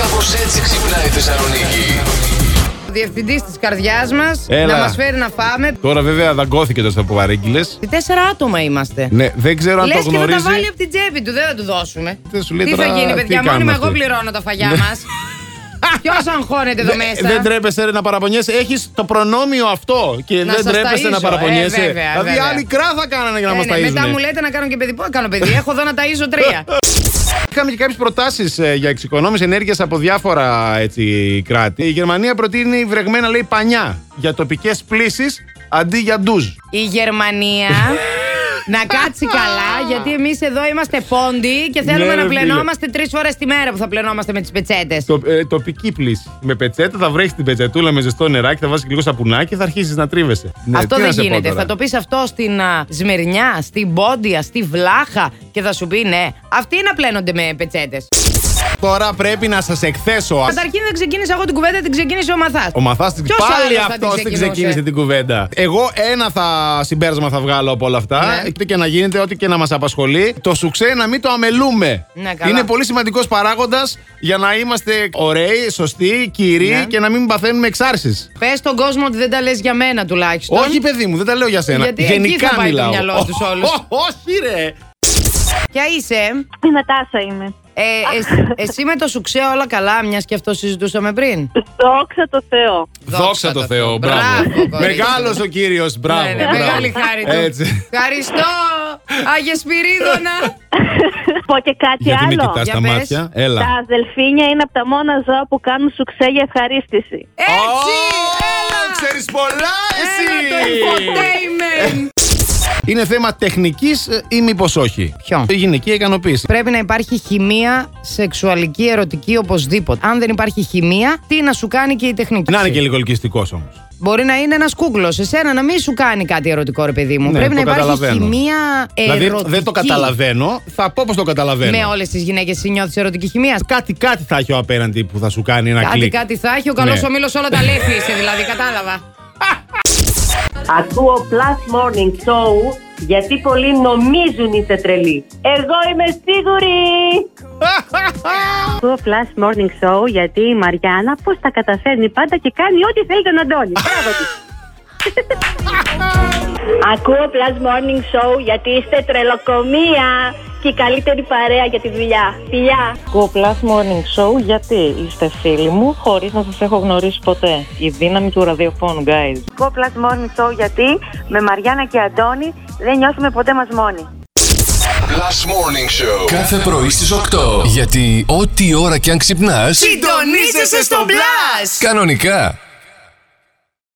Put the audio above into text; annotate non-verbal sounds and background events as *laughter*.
Κάπως έτσι ξυπνάει η Θεσσαλονίκη. Ο διευθυντής της καρδιάς μας Έλα. να μας φέρει να φάμε. Τώρα βέβαια δαγκώθηκε το που παρέγγειλε. Τέσσερα άτομα είμαστε. Ναι, δεν ξέρω αν Λε το και θα τα γνωρίζει. βάλει από την τσέπη του, δεν θα του δώσουμε. Δεν σου λέει τι τώρα, θα γίνει, τι παιδιά, κάνουμε μόνιμα αυτοί. εγώ πληρώνω τα φαγιά Ναι. μας. *laughs* Ποιος αγχώνεται εδώ Δε- μέσα. Δεν τρέπεσαι ρε, να παραπονιέσαι. Έχεις το προνόμιο αυτό και Να δεν σας τρέπεσαι ταΐζω. να παραπονιέσαι. Ε, βέβαια, δηλαδή, βέβαια. άλλοι κρά θα κάνανε για να Ε, μας ναι, ταΐζουν. μετά μου λέτε να κάνω και παιδί. Πώ κάνω παιδί, έχω εδώ να ταΐζω *laughs* τρία. Είχαμε και κάποιες προτάσεις για εξοικονόμηση ενέργειας από διάφορα έτσι, κράτη. Η Γερμανία προτείνει βρεγμένα λέει πανιά για τοπικές πλήσεις αντί για ντουζ. Η Γερμανία να κάτσει καλά, γιατί εμείς εδώ είμαστε πόντι και θέλουμε Ναι, ρε να φίλε. πλενόμαστε τρεις φορές τη μέρα που θα πλενόμαστε με τις πετσέτες. Το, ε, τοπική πλήση. Με πετσέτα θα βρέχει την πετσετούλα με ζεστό νεράκι, θα βάζει και λίγο σαπουνάκι και θα αρχίσεις να τρίβεσαι. Ναι, αυτό τι να δεν σε πω γίνεται. τώρα. Θα το πεις αυτό στην α, Σμυρνιά, στην Πόντια, στη Βλάχα και θα σου πει ναι. Αυτοί να πλένονται με πετσέτες. Τώρα πρέπει να σας εκθέσω. ας- Καταρχήν δεν ξεκίνησα εγώ την κουβέντα, την ξεκίνησε ο Μαθάς. Ο Μαθάς την Ποιος πάλι άλλος θα την αυτός την ξεκινούσε? ξεκίνησε την κουβέντα. Εγώ ένα θα συμπέρασμα θα βγάλω από όλα αυτά. Ναι. Τι και να γίνεται, ό,τι και να μας απασχολεί. Το σουξέ να μην το αμελούμε. Ναι, καλά. Είναι πολύ σημαντικός παράγοντας για να είμαστε ωραίοι, σωστοί, κυρίοι Ναι. και να μην παθαίνουμε εξάρσεις. Πες στον κόσμο ότι δεν τα λες για μένα τουλάχιστον. Όχι, παιδί μου, δεν τα λέω για σένα. Γιατί εκεί Γενικά θα πάει το μιλάω. μυαλό *laughs* τους όλους. Ω, ω, όχι, ρε! Ποια είσαι, Η Νατάσα είμαι. ε, εσ- εσύ με το σουξέ όλα καλά, μιας και αυτό συζητούσαμε πριν. Δόξα τω Θεώ. Δόξα, τω Θεό, μπράβο. κορίτσι. Μεγάλος ο κύριος, μπράβο. Ναι, ναι, μπράβο. μεγάλη χάρη του. Έτσι. Ευχαριστώ, Άγιε Σπυρίδωνα. Πω και κάτι Γιατί με άλλο. κοιτά Για τα πες. μάτια. Έλα. Τα αδελφίνια είναι από τα μόνα ζώα που κάνουν σουξέ για ευχαρίστηση. Έτσι, Ω, έλα. Ξέρεις πολλά Έλα το εσύ! infotainment. Είναι θέμα τεχνικής ε, ή μήπως όχι. Ποιο? Η γυναικεία ικανοποίηση. Πρέπει να υπάρχει χημεία σεξουαλική, ερωτική, οπωσδήποτε. Αν δεν υπάρχει χημεία, τι να σου κάνει και η τεχνική. Να είναι σου. και λίγο ελκυστικός όμως. Μπορεί να είναι ένας κούκλο. Εσένα να μην σου κάνει κάτι ερωτικό, ρε παιδί μου. Ναι, Πρέπει το να υπάρχει καταλαβαίνω. χημεία ερωτική. Δηλαδή δεν το καταλαβαίνω, θα πω πώ το καταλαβαίνω. Με όλες τις γυναίκες νιώθεις ερωτική χημεία. Κάτι, κάτι θα έχει ο απέναντι που θα σου κάνει ένα Κάτι, κλικ. κάτι θα έχει. Ο καλός Ναι. ο Μήλο όλα τα λέει. Είσαι δηλαδή, *laughs* κατάλαβα. Ακούω Plus Morning Show γιατί πολλοί νομίζουν είστε τρελοί. Εγώ είμαι σίγουρη! Ακούω Plus Morning Show γιατί η Μαριάννα πώς τα καταφέρνει πάντα και κάνει ό,τι θέλει τον Αντώνη. Μπράβο *laughs* της. Ακούω Plus Morning Show γιατί είστε τρελοκομεία και η καλύτερη παρέα για τη δουλειά. Φιλιά! Ακούω Plus Morning Show γιατί είστε φίλοι μου χωρίς να σας έχω γνωρίσει ποτέ. Η δύναμη του ραδιοφώνου, guys. Ακούω Plus Morning Show γιατί με Μαριάννα και Αντώνη δεν νιώθουμε ποτέ μας μόνοι. Last Morning Show. Κάθε πρωί στις 8. Γιατί ό,τι ώρα κι αν ξυπνάς, Συντονίζεσαι στο μπλα! κανονικά.